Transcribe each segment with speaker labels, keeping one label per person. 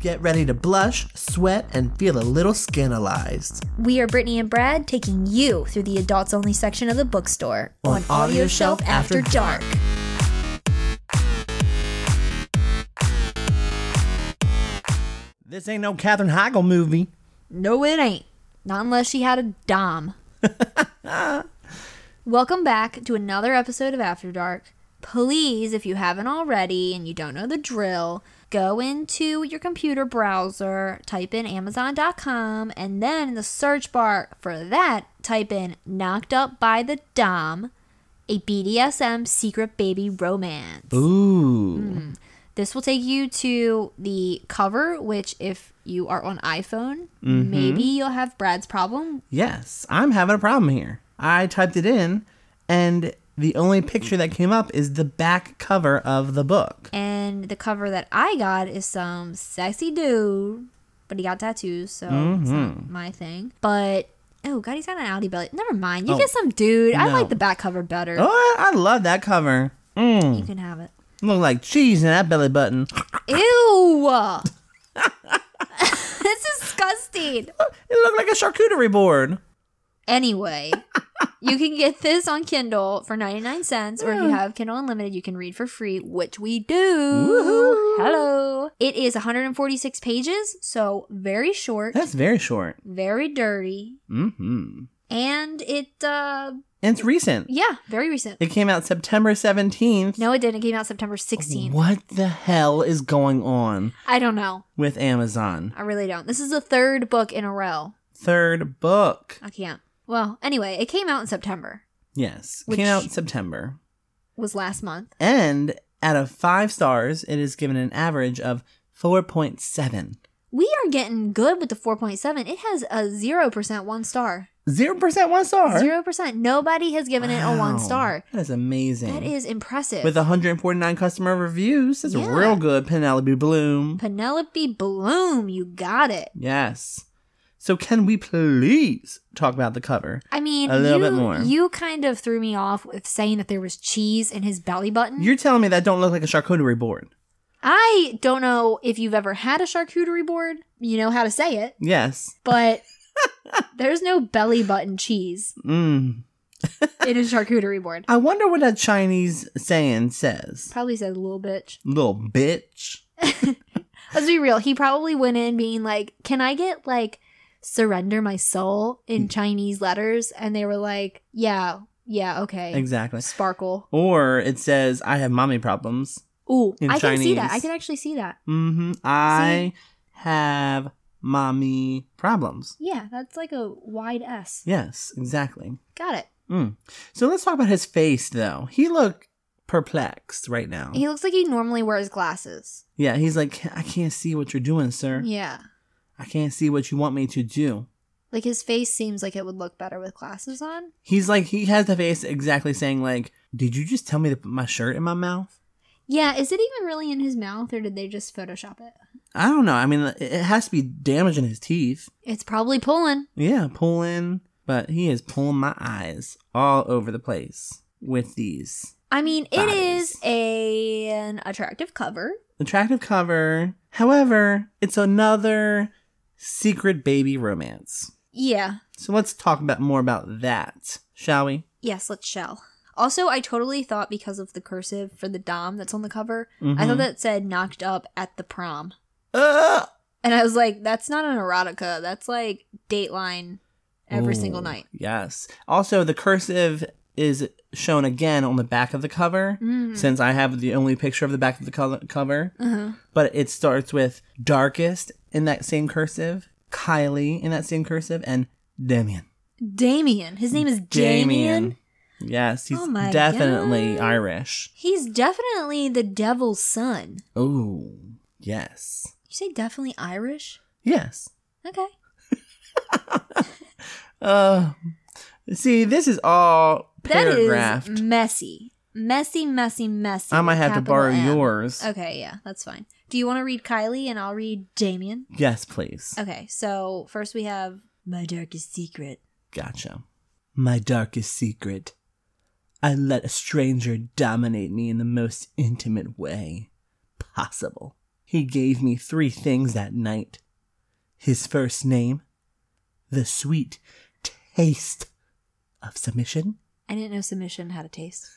Speaker 1: Get ready to blush, sweat, and feel a little scandalized.
Speaker 2: We are Brittany and Brad taking you through the adults only section of the bookstore
Speaker 1: On Audio Shelf After
Speaker 2: dark.
Speaker 1: This ain't no Katherine Heigl movie.
Speaker 2: No, it ain't. Not unless she had a Dom. Welcome back to another episode of After Dark. Please, if you haven't already and you don't know the drill, go into your computer browser, type in Amazon.com, and then in the search bar for that, type in Knocked Up by the Dom, a BDSM secret baby romance.
Speaker 1: Ooh.
Speaker 2: This will take you to the cover, which, if you are on iPhone, maybe you'll have Brad's problem.
Speaker 1: Yes, I'm having a problem here. I typed it in, and the only picture that came up is the back cover of the book.
Speaker 2: And the cover that I got is some sexy dude, but he got tattoos, so it's not my thing. But oh god, he's got an Audi belly. Never mind. You get some dude. I
Speaker 1: No.
Speaker 2: like the back cover better.
Speaker 1: Oh, I I love that cover.
Speaker 2: You can have it.
Speaker 1: Look like cheese in that belly button.
Speaker 2: Ew. That's disgusting.
Speaker 1: It looked like a charcuterie board.
Speaker 2: Anyway, you can get this on Kindle for 99 cents, or if you have Kindle Unlimited, you can read for free, which we do. Hello. It is 146 pages, so very short,
Speaker 1: That's very short.
Speaker 2: very dirty,
Speaker 1: Mm-hmm.
Speaker 2: and it, uh,
Speaker 1: And it's recent.
Speaker 2: yeah, very recent.
Speaker 1: It came out September 17th.
Speaker 2: No, it didn't. It came out September 16th.
Speaker 1: What the hell is going on
Speaker 2: I don't know.
Speaker 1: with Amazon?
Speaker 2: I really don't. This is the third book in a row.
Speaker 1: Third book.
Speaker 2: I can't. Well, anyway, it came out in September,
Speaker 1: Yes.
Speaker 2: Which-
Speaker 1: Came out in September.
Speaker 2: was last month.
Speaker 1: And out of five stars, it is given an average of 4.7.
Speaker 2: We are getting good with the 4.7. It has a 0% one star.
Speaker 1: 0% one star.
Speaker 2: Zero percent. Nobody has given it a
Speaker 1: Wow.
Speaker 2: one star.
Speaker 1: That is amazing.
Speaker 2: That is impressive.
Speaker 1: With 149 customer reviews. That's
Speaker 2: Yeah.
Speaker 1: real good, Penelope Bloom.
Speaker 2: Penelope Bloom, you got it.
Speaker 1: yes. So, can we please talk about the cover?
Speaker 2: I mean,
Speaker 1: A little
Speaker 2: you,
Speaker 1: bit more.
Speaker 2: You kind of threw me off with saying that there was cheese in his belly button.
Speaker 1: You're telling me that don't look like a charcuterie board?
Speaker 2: I don't know if you've ever had a charcuterie board. You know how to say it,
Speaker 1: Yes.
Speaker 2: but there's no belly button cheese
Speaker 1: Mm.
Speaker 2: in a charcuterie board.
Speaker 1: I wonder what that Chinese saying says.
Speaker 2: Probably said little bitch.
Speaker 1: Little bitch.
Speaker 2: Let's be real. He probably went in being like, "Can I get like surrender my soul
Speaker 1: Mm.
Speaker 2: in Chinese letters?" And they were like, "Yeah, yeah, okay."
Speaker 1: Exactly.
Speaker 2: Sparkle.
Speaker 1: Or it says, I have mommy problems.
Speaker 2: Ooh,
Speaker 1: In
Speaker 2: I can see that.
Speaker 1: Chinese.
Speaker 2: I can actually see that.
Speaker 1: Mm-hmm. I have mommy problems.
Speaker 2: Yeah, that's like a wide S.
Speaker 1: Yes, exactly.
Speaker 2: Got it.
Speaker 1: Mm. So let's talk about his face, though. He looked perplexed right now.
Speaker 2: He looks like he normally wears glasses.
Speaker 1: yeah, he's like, I can't see what you're doing, sir.
Speaker 2: Yeah.
Speaker 1: I can't see what you want me to do.
Speaker 2: Like his face seems like it would look better with glasses on.
Speaker 1: He's like, he has the face exactly saying, like, did you just tell me to put my shirt in my mouth?
Speaker 2: Yeah, is it even really in his mouth or did they just Photoshop it?
Speaker 1: I don't know. I mean, it- it has to be damaging his teeth.
Speaker 2: It's probably pulling.
Speaker 1: Yeah, pulling. But he is pulling my eyes all over the place with these.
Speaker 2: I mean, it
Speaker 1: Bodies.
Speaker 2: is a an attractive cover.
Speaker 1: attractive cover. However, it's another secret baby romance.
Speaker 2: Yeah.
Speaker 1: So let's talk about more about that, shall we?
Speaker 2: Yes, let's shall. Also, I totally thought because of the cursive for the Dom that's on the cover, I thought that said knocked up at the prom.
Speaker 1: Mm-hmm. Uh,
Speaker 2: And I was like, that's not an erotica. That's like Dateline every single
Speaker 1: Ooh,
Speaker 2: night.
Speaker 1: Yes. Also, the cursive is shown again on the back of the cover,
Speaker 2: Mm.
Speaker 1: since I have the only picture of the back of the col- cover.
Speaker 2: Uh-huh.
Speaker 1: But it starts with darkest in that same cursive, Kylie in that same cursive, and Damien.
Speaker 2: Damien. His name is Damien.
Speaker 1: Yes, he's
Speaker 2: Oh my
Speaker 1: definitely
Speaker 2: God.
Speaker 1: Irish.
Speaker 2: He's definitely the devil's son.
Speaker 1: Oh, yes.
Speaker 2: You say definitely Irish?
Speaker 1: Yes.
Speaker 2: Okay.
Speaker 1: Uh, see, this is all
Speaker 2: That is
Speaker 1: paragraphed.
Speaker 2: messy. Messy, messy, messy.
Speaker 1: I might have to
Speaker 2: Capital
Speaker 1: borrow
Speaker 2: M.
Speaker 1: yours.
Speaker 2: Okay, yeah, that's fine. Do you want to read Kylie and I'll read Damien?
Speaker 1: Yes, please.
Speaker 2: Okay, so first we have My Darkest Secret.
Speaker 1: Gotcha. My darkest secret. I let a stranger dominate me in the most intimate way possible. He gave me three things that night his first name, the sweet taste of submission,
Speaker 2: I didn't know submission had a taste.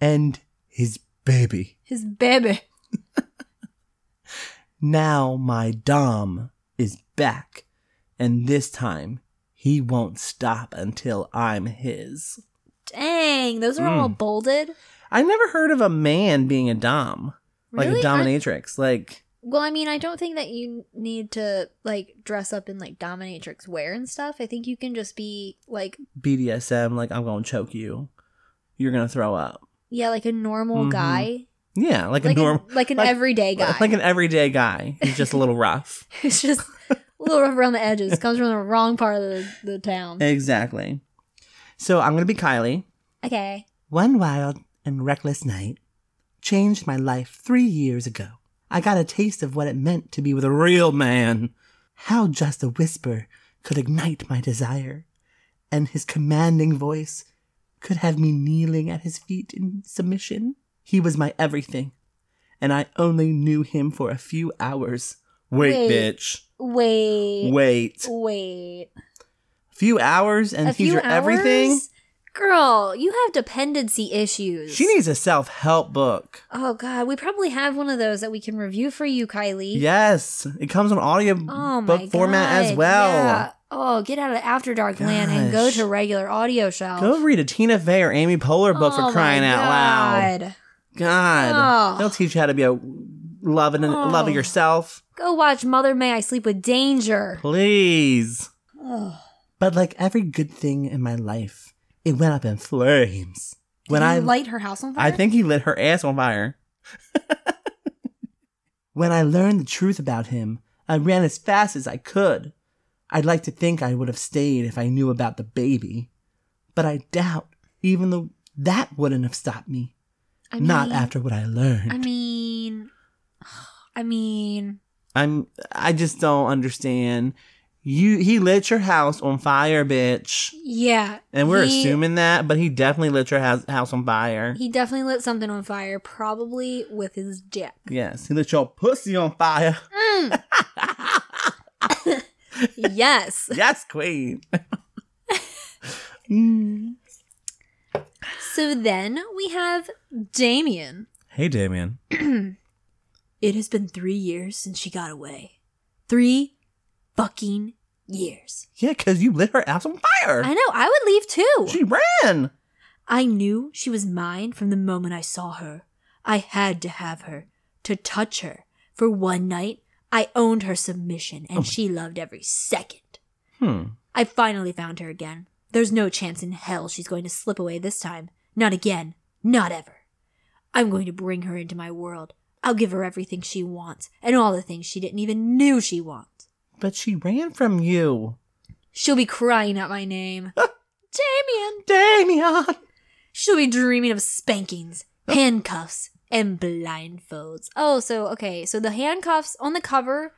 Speaker 1: and his baby.
Speaker 2: His baby.
Speaker 1: Now my Dom is back, and this time he won't stop until I'm his.
Speaker 2: Dang, those are
Speaker 1: Mm.
Speaker 2: all bolded.
Speaker 1: I never heard of a man being a Dom, like
Speaker 2: Really?
Speaker 1: a dominatrix. Like,
Speaker 2: Well, I mean, I don't think that you need to like dress up in like dominatrix wear and stuff. I think you can just be like,
Speaker 1: BDSM, like I'm gonna choke you. You're gonna throw up.
Speaker 2: yeah, like a normal
Speaker 1: Mhm.
Speaker 2: guy,
Speaker 1: Yeah, like,
Speaker 2: like
Speaker 1: a normal,
Speaker 2: an, like an
Speaker 1: like-
Speaker 2: everyday guy.
Speaker 1: like an everyday guy. He's just a little rough.
Speaker 2: it's just a little rough around the edges. Comes from the wrong part of the, the town.
Speaker 1: Exactly. So I'm gonna be Kylie.
Speaker 2: Okay,
Speaker 1: One wild and reckless night changed my life three years ago. I got a taste of what it meant to be with a real man. How just a whisper could ignite my desire, and his commanding voice could have me kneeling at his feet in submission. He was my everything, and I only knew him for a few hours. Wait,
Speaker 2: Wait.
Speaker 1: bitch.
Speaker 2: wait,
Speaker 1: Wait.
Speaker 2: wait.
Speaker 1: Few hours and
Speaker 2: a
Speaker 1: he's
Speaker 2: few
Speaker 1: your
Speaker 2: hours,
Speaker 1: everything?
Speaker 2: girl. You have dependency issues.
Speaker 1: She needs a self help book.
Speaker 2: Oh God, we probably have one of those that we can review for you, Kylie.
Speaker 1: Yes, it comes in audio
Speaker 2: Oh my
Speaker 1: book format as
Speaker 2: God,
Speaker 1: well.
Speaker 2: yeah. Oh, get out of After Dark land and go
Speaker 1: Gosh.
Speaker 2: to regular audio shelf.
Speaker 1: Go read a Tina Fey or Amy Poehler book
Speaker 2: Oh
Speaker 1: for crying
Speaker 2: my
Speaker 1: out loud.
Speaker 2: God.
Speaker 1: God,
Speaker 2: Oh.
Speaker 1: they'll teach you how to be a love and
Speaker 2: Oh.
Speaker 1: love of yourself.
Speaker 2: Go watch Mother May I Sleep with Danger.
Speaker 1: Please.
Speaker 2: Ugh.
Speaker 1: But like every good thing in my life, it went up in flames when
Speaker 2: Did
Speaker 1: I
Speaker 2: you light her house on fire.
Speaker 1: I think he lit her ass on fire. when I learned the truth about him, I ran as fast as I could. I'd like to think I would have stayed if I knew about the baby, but I doubt even though that wouldn't have stopped me.
Speaker 2: I
Speaker 1: not
Speaker 2: mean-
Speaker 1: after what I learned.
Speaker 2: I mean, I mean,
Speaker 1: I'm I just don't understand. You he lit your house on fire, bitch.
Speaker 2: yeah.
Speaker 1: And we're
Speaker 2: he-
Speaker 1: assuming that, but he definitely lit your house, house on fire.
Speaker 2: he definitely lit something on fire, probably with his dick.
Speaker 1: yes, he lit your pussy on fire.
Speaker 2: Mm. yes.
Speaker 1: Yes, queen. Mm.
Speaker 2: So then we have Damien.
Speaker 1: Hey, Damien.
Speaker 2: It has been three years since she got away. Three fucking years.
Speaker 1: Yeah, because you lit her ass on fire.
Speaker 2: I know, I would leave too.
Speaker 1: she ran.
Speaker 2: I knew she was mine from the moment I saw her. I had to have her, to touch her. For one night, I owned her submission, and
Speaker 1: Oh my-
Speaker 2: she loved every second.
Speaker 1: Hmm.
Speaker 2: I finally found her again. There's no chance in hell she's going to slip away this time. Not again. Not ever. I'm going to bring her into my world. I'll give her everything she wants, and all the things she didn't even knew she wants.
Speaker 1: But she ran from you.
Speaker 2: She'll be crying out my name. Damien!
Speaker 1: Damien.
Speaker 2: She'll be dreaming of spankings, handcuffs, and blindfolds. Oh, so okay, so the handcuffs on the cover,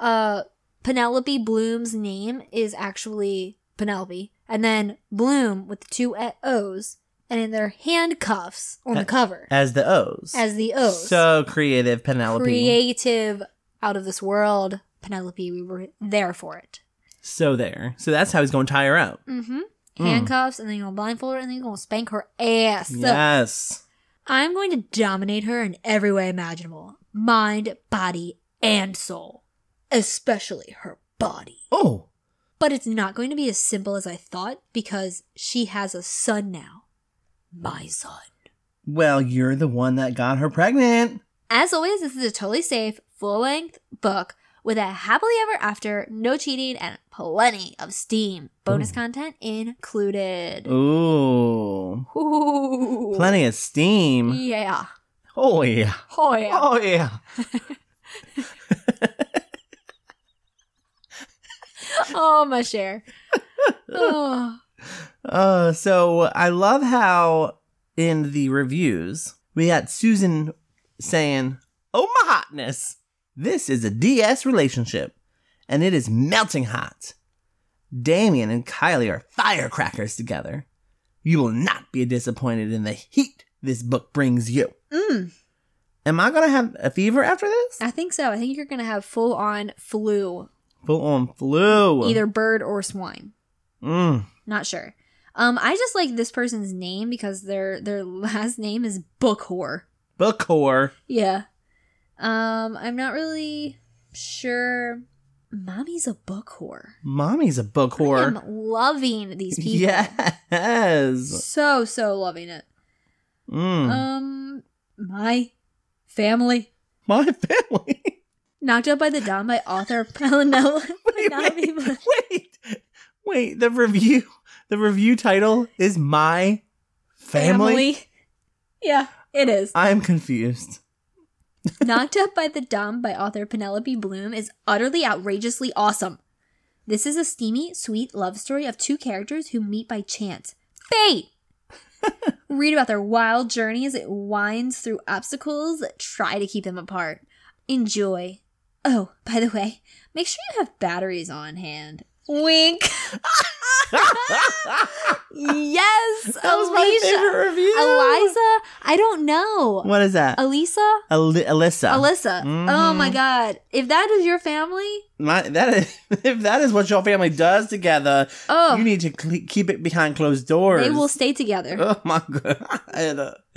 Speaker 2: uh, Penelope Bloom's name is actually Penelope, and then Bloom with the two e- O's, and then their handcuffs on the
Speaker 1: Uh,
Speaker 2: cover
Speaker 1: As the O's.
Speaker 2: as the O's.
Speaker 1: So creative, Penelope.
Speaker 2: creative, out of this world, Penelope. We were there for it.
Speaker 1: so there. So that's how he's going to tie her up.
Speaker 2: Mm-hmm.
Speaker 1: Mm.
Speaker 2: Handcuffs, and then you're gonna blindfold her, and then you're gonna spank her ass.
Speaker 1: Yes.
Speaker 2: I'm going to dominate her in every way imaginable mind, body, and soul. Especially her body.
Speaker 1: Oh.
Speaker 2: But it's not going to be as simple as I thought because she has a son now. My son.
Speaker 1: Well, you're the one that got her pregnant.
Speaker 2: As always, this is a totally safe, full length book with a happily ever after, no cheating, and plenty of steam. Bonus
Speaker 1: Ooh.
Speaker 2: content included.
Speaker 1: Ooh.
Speaker 2: Ooh.
Speaker 1: Plenty of steam.
Speaker 2: Yeah.
Speaker 1: Oh, yeah.
Speaker 2: Oh, yeah.
Speaker 1: Oh, yeah.
Speaker 2: Oh, my share. Oh.
Speaker 1: Uh, so I love how in the reviews we got Susan saying, "Oh my hotness, this is a DS relationship, and it is melting hot. Damien and Kylie are firecrackers together. You will not be disappointed in the heat this book brings you."
Speaker 2: Mm.
Speaker 1: Am I gonna have a fever after this?
Speaker 2: I think so. I think you're going to have full on flu,
Speaker 1: Full on flu.
Speaker 2: either bird or swine.
Speaker 1: Mm.
Speaker 2: Not sure. Um, I just like this person's name because their their last name is Book Whore.
Speaker 1: Bacor.
Speaker 2: Yeah. Um, I'm not really sure. Mommy's a book whore.
Speaker 1: Mommy's a book
Speaker 2: I
Speaker 1: whore.
Speaker 2: am loving these people.
Speaker 1: Yes.
Speaker 2: So so loving it.
Speaker 1: Mm.
Speaker 2: Um, my family
Speaker 1: My family.
Speaker 2: knocked up by the dawn by author Palinella.
Speaker 1: wait,
Speaker 2: Konami
Speaker 1: wait,
Speaker 2: was-
Speaker 1: wait, wait. The review, the review title is my family.
Speaker 2: Yeah, it is.
Speaker 1: I'm confused.
Speaker 2: Knocked Up by the Dumb by author Penelope Bloom is utterly outrageously awesome. This is a steamy, sweet love story of two characters who meet by chance. Fate! Read about their wild journey as it winds through obstacles that try to keep them apart. Enjoy. Oh, by the way, make sure you have batteries on hand. Wink.
Speaker 1: that
Speaker 2: Yes,
Speaker 1: was my
Speaker 2: Alicia.
Speaker 1: favorite review.
Speaker 2: Eliza, I don't know.
Speaker 1: What is that?
Speaker 2: Elisa?
Speaker 1: Al- Alyssa.
Speaker 2: Alyssa. Oh
Speaker 1: Mhm.
Speaker 2: my god. If that is your family,
Speaker 1: My, that is, if that is what your family does together, you
Speaker 2: oh,
Speaker 1: need to cle keep it behind closed doors.
Speaker 2: they will stay together.
Speaker 1: Oh my god.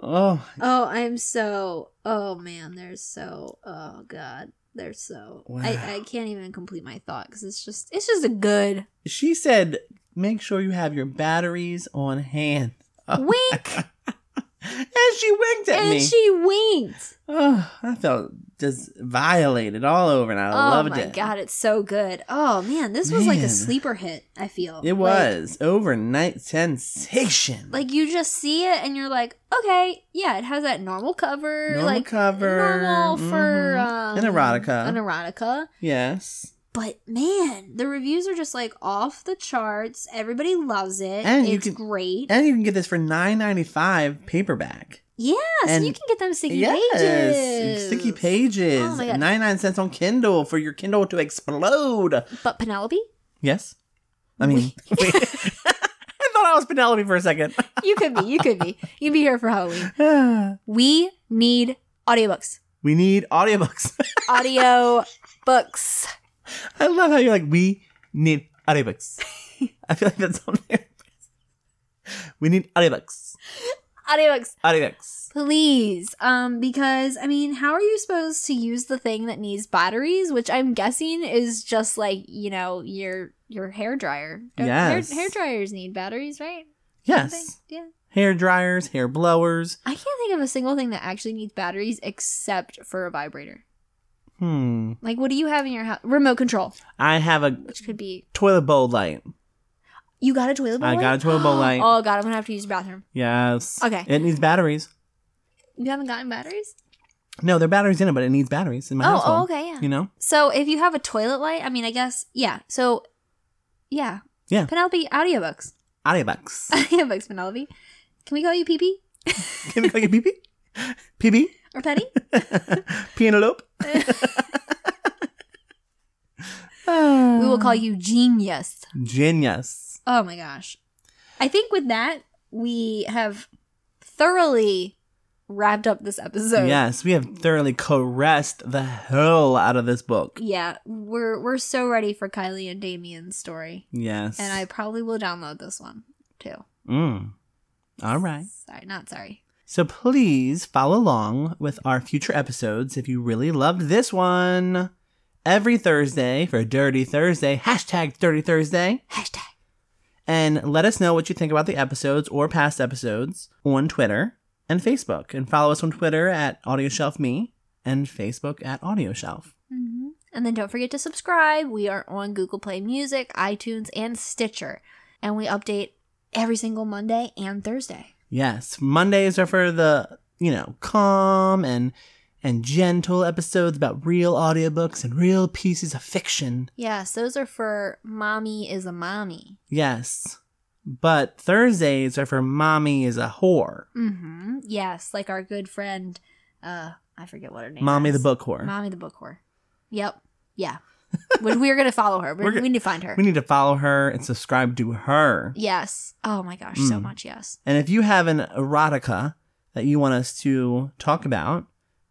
Speaker 1: Oh
Speaker 2: Oh, I'm so. Oh man, they're so. Oh god, they're so.
Speaker 1: Wow.
Speaker 2: I, I can't even complete my thought because it's just it's just a good
Speaker 1: She said, make sure you have your batteries on hand.
Speaker 2: wink,
Speaker 1: And she winked Oh, at
Speaker 2: and
Speaker 1: me.
Speaker 2: she winked.
Speaker 1: oh, I felt just violated all over and I
Speaker 2: oh
Speaker 1: loved
Speaker 2: my
Speaker 1: it.
Speaker 2: god, it's so good. Oh man, this was like a
Speaker 1: Man.
Speaker 2: sleeper hit. I feel
Speaker 1: It
Speaker 2: Like-
Speaker 1: was overnight sensation.
Speaker 2: Like, you just see it and you're like, okay, yeah, it has that normal cover,
Speaker 1: Normal
Speaker 2: like
Speaker 1: cover,
Speaker 2: normal for
Speaker 1: mhm.
Speaker 2: um,
Speaker 1: An erotica.
Speaker 2: an erotica.
Speaker 1: yes.
Speaker 2: But man, the reviews are just like off the charts. Everybody loves it.
Speaker 1: And you
Speaker 2: it's
Speaker 1: can-
Speaker 2: great.
Speaker 1: And you can get this for nine ninety five paperback.
Speaker 2: yeah, so
Speaker 1: and-
Speaker 2: you can get them sticky pages.
Speaker 1: Sticky pages.
Speaker 2: Oh my God.
Speaker 1: 99 cents on Kindle for your Kindle to explode.
Speaker 2: But Penelope,
Speaker 1: Yes. I mean, wait. I thought I was Penelope for a second.
Speaker 2: you could be. You could be. You'd be here for Halloween. We need audiobooks.
Speaker 1: we need audiobooks.
Speaker 2: Audio books.
Speaker 1: I love how you're like, we need audiobooks. I feel like that's on there. We need audiobooks.
Speaker 2: Audiobooks.
Speaker 1: Audiobooks.
Speaker 2: Please. Um, because I mean, how are you supposed to use the thing that needs batteries, which I'm guessing is just like, you know, your your hair dryer.
Speaker 1: Yes.
Speaker 2: Hair, hair dryers need batteries, right? Something?
Speaker 1: Yes.
Speaker 2: Yeah.
Speaker 1: Hair dryers, hair blowers.
Speaker 2: I can't think of a single thing that actually needs batteries except for a vibrator.
Speaker 1: Hmm.
Speaker 2: Like, what do you have in your house? Remote control,
Speaker 1: I have a
Speaker 2: which could be.
Speaker 1: toilet bowl light.
Speaker 2: You got a toilet bowl?
Speaker 1: I
Speaker 2: light?
Speaker 1: got a toilet bowl light.
Speaker 2: Oh, God, I'm going to have to use the bathroom.
Speaker 1: Yes.
Speaker 2: Okay.
Speaker 1: It needs batteries.
Speaker 2: You haven't gotten batteries?
Speaker 1: No, there are batteries in it, but it needs batteries in my
Speaker 2: Oh,
Speaker 1: household.
Speaker 2: oh, okay, yeah.
Speaker 1: You know?
Speaker 2: So, if you have a toilet light, I mean, I guess, yeah. So, yeah.
Speaker 1: Yeah.
Speaker 2: Penelope, audiobooks.
Speaker 1: Audiobooks.
Speaker 2: Audiobooks, Penelope. Can we call you Pee Pee?
Speaker 1: Can we call you Pee Pee?
Speaker 2: Or Penny?
Speaker 1: Pee? Penelope?
Speaker 2: we will call you Genius.
Speaker 1: Genius.
Speaker 2: Oh, my gosh. I think with that, we have thoroughly wrapped up this episode.
Speaker 1: yes, we have thoroughly caressed the hell out of this book.
Speaker 2: Yeah, we're we're so ready for Kylie and Damien's story,
Speaker 1: Yes.
Speaker 2: and I probably will download this one too.
Speaker 1: Mm. All right.
Speaker 2: Sorry, not sorry.
Speaker 1: So please follow along with our future episodes if you really loved this one. Every Thursday for Dirty Thursday, hashtag Dirty Thursday.
Speaker 2: Hashtag
Speaker 1: And let us know what you think about the episodes or past episodes on Twitter and Facebook. And follow us on Twitter at AudioshelfMe and Facebook at AudioShelf.
Speaker 2: hmm And then don't forget to subscribe. We are on Google Play Music, iTunes, and Stitcher. And we update every single Monday and Thursday.
Speaker 1: Yes, Mondays are for the, you know, calm and and gentle episodes about real audiobooks and real pieces of fiction.
Speaker 2: Yes, those are for Mommy is a Mommy.
Speaker 1: Yes. But Thursdays are for Mommy is a Whore.
Speaker 2: Mm-hmm. Yes, like our good friend, uh, I forget what her name
Speaker 1: Mommy
Speaker 2: is.
Speaker 1: the Book Whore.
Speaker 2: Mommy the Book Whore. Yep. Yeah. Which we're going to follow her.
Speaker 1: We're
Speaker 2: We're,
Speaker 1: gonna-
Speaker 2: we need to find her.
Speaker 1: We need to follow her and subscribe to her.
Speaker 2: Yes. Oh my gosh, so
Speaker 1: Mm.
Speaker 2: much yes.
Speaker 1: And if you have an erotica that you want us to talk about,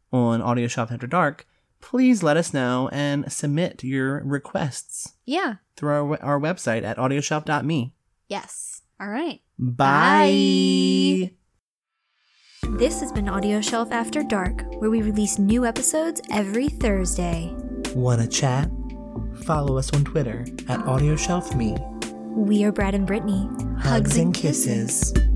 Speaker 1: on Audio Shop After Dark, please let us know and submit your requests
Speaker 2: Yeah.
Speaker 1: through our, we- our website at audioshop.me.
Speaker 2: Yes. All right.
Speaker 1: Bye.
Speaker 2: This has been Audio Shelf After Dark, where we release new episodes every Thursday.
Speaker 1: Want to chat? Follow us on Twitter at AudioShelfMe.
Speaker 2: We are Brad and Brittany.
Speaker 1: Hugs and kisses.